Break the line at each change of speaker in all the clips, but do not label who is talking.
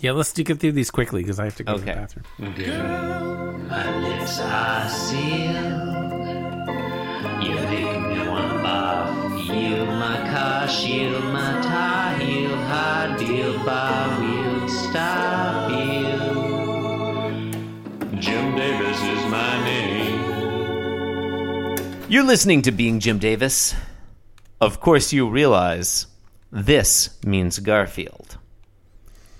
Yeah, let's do, get through these quickly because I have to go to the
Okay.
bathroom.
My lips are sealed. You make me wanna barf. Yield my car, shield my tie, heel, hard deal, bar wheel, stop you. Jim Davis is my name.
You're listening to Being Jim Davis. Of course, you realize this means Garfield.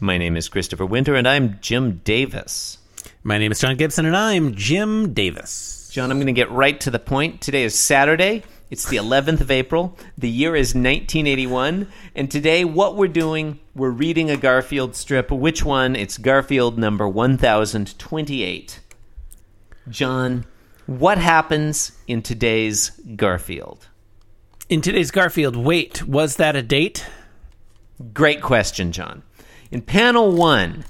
My name is Christopher Winter, and I'm Jim Davis.
My name is John Gibson, and I'm Jim Davis.
John, I'm going to get right to the point. Today is Saturday. It's the 11th of April. The year is 1981. And today, what we're doing, we're reading a Garfield strip. Which one? It's Garfield number 1028. John, what happens in today's Garfield?
In today's Garfield, wait, was that a date?
Great question, John. In panel one,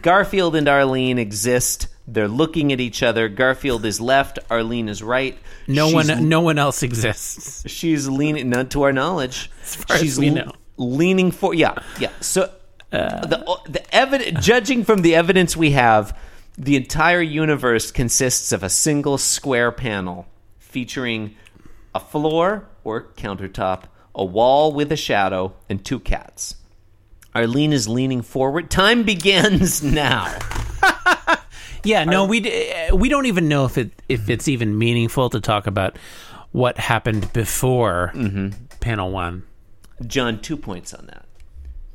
Garfield and Arlene exist. They're looking at each other. Garfield is left, Arlene is right.
No
She's
one, no one else exists.
She's leaning, not to our knowledge.
far as
she's
we know. Uh.
leaning for. Yeah, yeah. So the the evidence, judging from the evidence we have, the entire universe consists of a single square panel featuring a floor or countertop, a wall with a shadow, and two cats. Arlene is leaning forward. Time begins now.
Yeah, no, we d- uh, we don't even know if it if
Mm-hmm.
it's even meaningful to talk about what happened before
Mm-hmm.
panel one.
John, two points on that.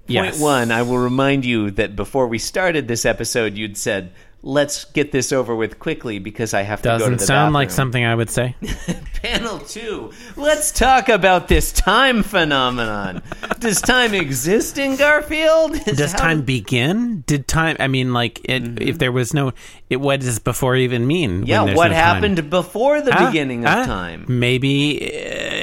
Yes.
Point one, I will remind you that before we started this episode, you'd said, let's get this over with quickly because I have to go to
doesn't
the
sound like
bathroom."
something I would say.
Panel two, let's talk about this time phenomenon. Does time exist in Garfield? Is
Does
how- Mm-hmm.
time begin? Did time? I mean, like, it, if there was no, it what does before even mean? when
Yeah,
there's
what
no time?
happened before the
Huh?
beginning of
Huh?
time?
Ah, Maybe uh,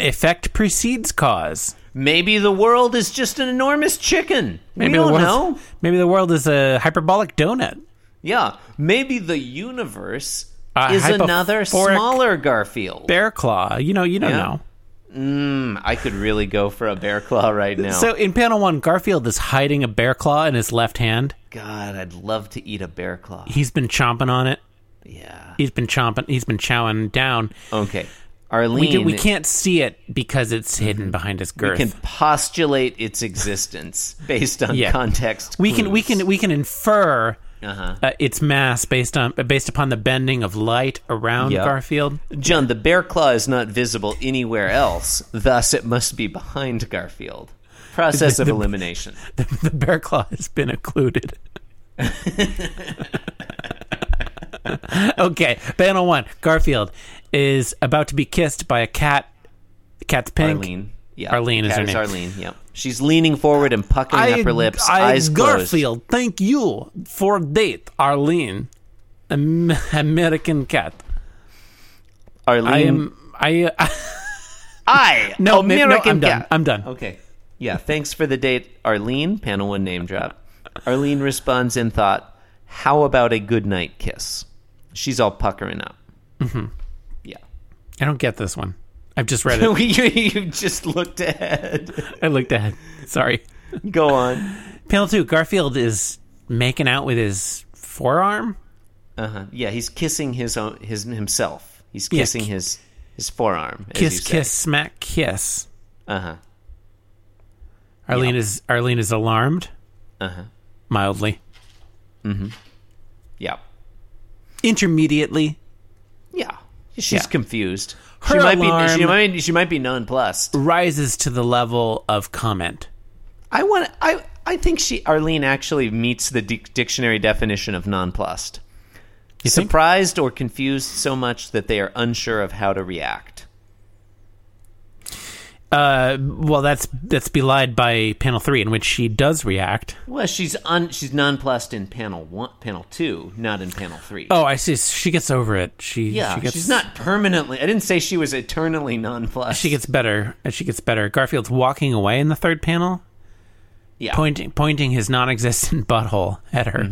effect precedes cause.
Maybe the world is just an enormous chicken.
Maybe
we don't
the world,
know.
Maybe the world is a hyperbolic donut.
Yeah, maybe the universe
A
is another
hypophoric-
smaller Garfield.
Bear claw. You know, you don't
Yeah.
know.
I could really go for a bear claw right now.
So in panel one, Garfield is hiding a bear claw in his left hand.
God, I'd love to eat a bear claw.
He's been chomping on it.
Yeah.
He's been chomping. He's been chowing down.
Okay. Arlene,
We, do, we can't see it because it's hidden behind his girth.
Mm-hmm. can postulate its existence based on
Yeah.
context.
we can we
clues.
can we can infer
Uh-huh.
uh, its mass based on based upon the bending of light around
Yep.
Garfield.
John, the bear claw is not visible anywhere else. Thus, it must be behind Garfield. Process of elimination.
The bear claw has been occluded. okay, panel one. Garfield is about to be kissed by a cat. The cat's pink.
Arlene. Yeah.
Arlene is
Cat
her name.
Arlene. Yeah. She's leaning forward and puckering
I-
up her lips,
I-
eyes closed.
Garfield, thank you for date, Arlene. Am- American cat.
Arlene.
I am. I. uh,
I.
no, ma- no,
American
I'm done.
cat.
I'm done.
Okay. Yeah, thanks for the date, Arlene. Panel one name drop. Arlene responds in thought, How about a goodnight kiss? She's all puckering up. Mm-hmm.
I don't get this one. I've just read
Yeah.
it.
We- you, you just looked ahead.
I looked ahead. Sorry.
Go on.
Panel two. Garfield is making out with his forearm.
Uh-huh. Yeah, he's kissing his own, his himself. He's
Yeah,
kissing
ki-
his his forearm. as you
Kiss,
say.
kiss, smack, kiss.
Uh-huh.
Arlene is Arlene is alarmed
Uh-huh.
mildly.
Yeah.
Intermediately,
Yeah. She's
Yeah.
confused.
Her
she might be she
alarm-
might she might be nonplussed.
rises to the level of comment.
I want. I I think she Arlene actually meets the dic dictionary definition of nonplussed.
think?
Surprised or confused so much that they are unsure of how to react.
Uh, well, that's that's belied by panel three, in which she does react.
Well, she's un, she's nonplussed in panel one, panel two, not in panel three.
Oh, I see. She gets over it. She
yeah,
she gets,
she's not permanently. I didn't say she was eternally nonplussed.
She gets better. and She gets better. Garfield's walking away in the third panel,
yeah, Mm-hmm.
pointing pointing his non-existent butthole at her,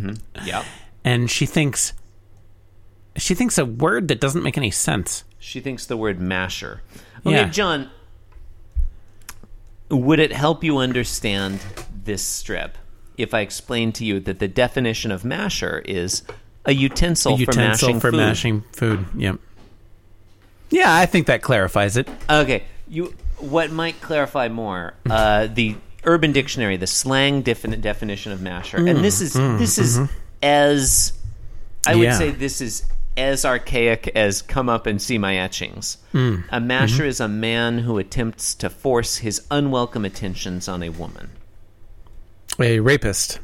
Yeah,
and she thinks she thinks a word that doesn't make any sense.
she thinks the word masher. Okay,
Yeah.
John, would it help you understand this strip if I explained to you that the definition of masher is a utensil,
utensil
for mashing food.
food. Yep. Yeah, I think that clarifies it.
Okay, you. What might clarify more? Uh, the Urban Dictionary, the slang defin- definition of masher, and this is this is as I would
Yeah.
say this is as archaic as come up and see my etchings. A masher is a man who attempts to force his unwelcome attentions on a woman.
A rapist.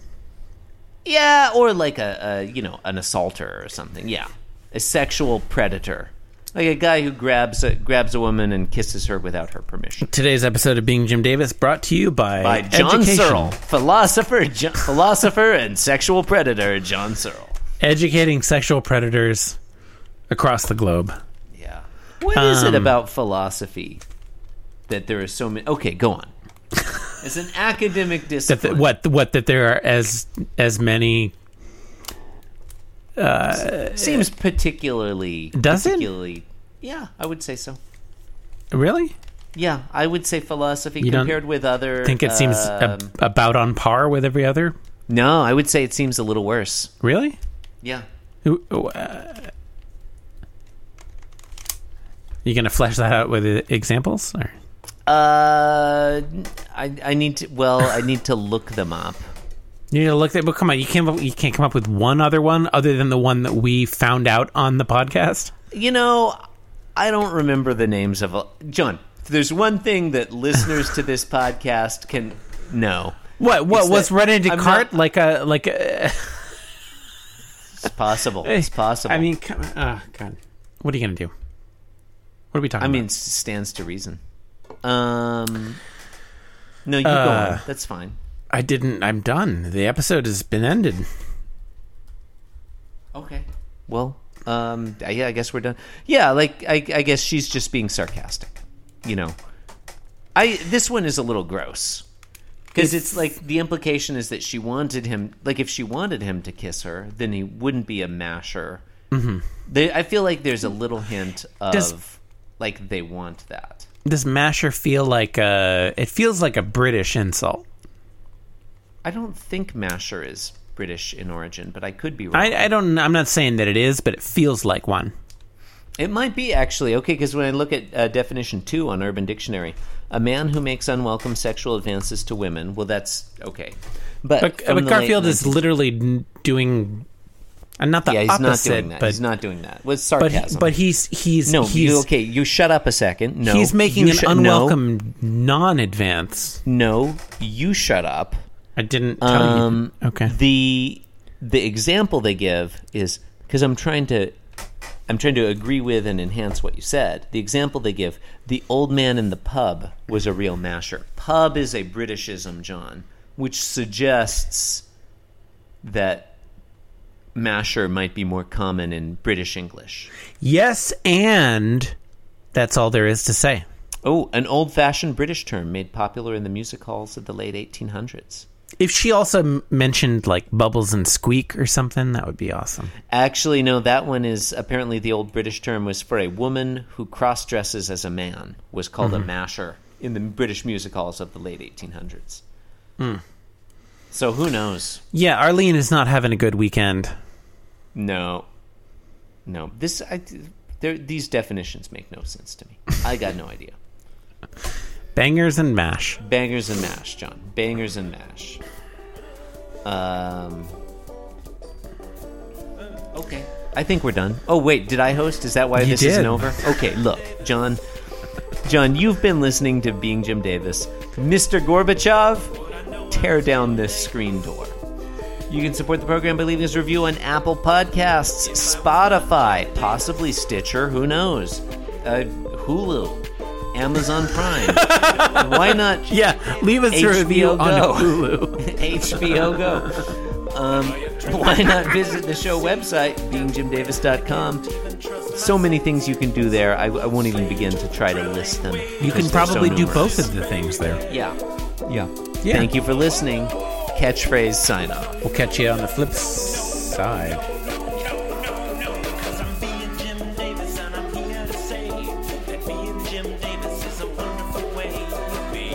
Yeah, or like a, a you know an assaulter or something. Yeah, a sexual predator, like a guy who grabs a, grabs a woman and kisses her without her permission.
Today's episode of Being Jim Davis brought to you by,
By John
education.
Searle, philosopher, John, philosopher and sexual predator John Searle.
Educating sexual predators across the globe.
Yeah. What is
Um,
it about philosophy that there are so many? Okay, go on. It's an academic
That the,
discipline.
what what that there are as as many
seems Eh, particularly
Does it?
particularly? Yeah, I would say so.
really
Yeah, I would say philosophy
You don't
compared with other.
think it seems a,
um,
about on par with every other.
No, I would say it seems a little worse.
Really?
Yeah.
Who- who, uh, you gonna flesh that out with uh, examples? Or?
Uh, I I need to. Well, I need to look them up.
You need to look at. But come on, you can't. You can't come up with one other one other than the one that we found out on the podcast.
You know, I don't remember the names of John. If there's one thing that listeners to this podcast can know.
What? What
It's
was
that-
read into
I'm
cart
not-
like a like a?
It's possible. It's possible.
I mean, come, oh, God, what are you gonna do? What are we talking?
I mean,
about?
s- stands to reason. Um, no, you go
Uh,
on. That's fine.
I didn't. I'm done. The episode has been ended.
Okay. Well, um, I- yeah, I guess we're done. Yeah, like I, I guess she's just being sarcastic. You know, I this one is a little gross because it's like the implication is that she wanted him. Like if she wanted him to kiss her, then he wouldn't be a masher. Mm-hmm. They, I feel like there's a little hint of
Does-
like they want that.
Does masher feel like a? It feels like a British insult.
I don't think masher is British in origin, but I could be wrong.
I, I don't. I'm not saying that it is, but it feels like one.
It might be actually okay because when I look at uh, definition two on Urban Dictionary, a man who makes unwelcome sexual advances to women. Well, that's okay, but
But,
from
but
the
Garfield
late
is literally n- doing, and not the
19 yeah, he's
opposite,
not doing that.
but
he's not doing that. With
but
sarcasm,
he, but he's he's
no,
he's
you okay? You shut up a second. No,
he's making
you
an
shu-
unwelcome non-advance.
No, no, you shut up.
I didn't tell
Um,
you. Okay.
The the example they give is because I'm trying to I'm trying to agree with and enhance what you said. The example they give, the old man in the pub was a real masher. Pub is a Britishism, John, which suggests that masher might be more common in British English.
yes, and that's all there is to say.
Oh, an old-fashioned British term made popular in the music halls of the late 1800s.
If she also m- mentioned like bubbles and squeak or something, that would be awesome.
Actually, no, that one is apparently the old British term was for a woman who cross dresses as a man, was called a masher in the British music halls of the late 1800s. So who knows?
Yeah, Arlene is not having a good weekend.
No. No. This, I, there, these definitions make no sense to me. I got no idea.
Bangers and mash.
Bangers and mash, John. Bangers and mash. Um. Okay. I think we're done. Oh wait, did I host? Is that why this
did.
isn't over? Okay, look, John. John, you've been listening to Being Jim Davis. Mr. Gorbachev, tear down this screen door. You can support the program by leaving us a review on Apple Podcasts, Spotify, possibly Stitcher, who knows? Uh, Hulu, Amazon Prime. Why not
Yeah, leave us a
HBO
review
Go.
on Hulu.
HBO Go. Um, why not visit the show website, beingjimdavis.com? So many things you can do there. I, I won't even begin to try to list them.
You can probably do both of the things there.
Yeah. yeah.
Yeah.
Thank you for listening. Catchphrase sign off.
We'll catch you on the flip side.
Cause I'm being Jim Davis and I'm here to say that being Jim Davis is a wonderful way to be.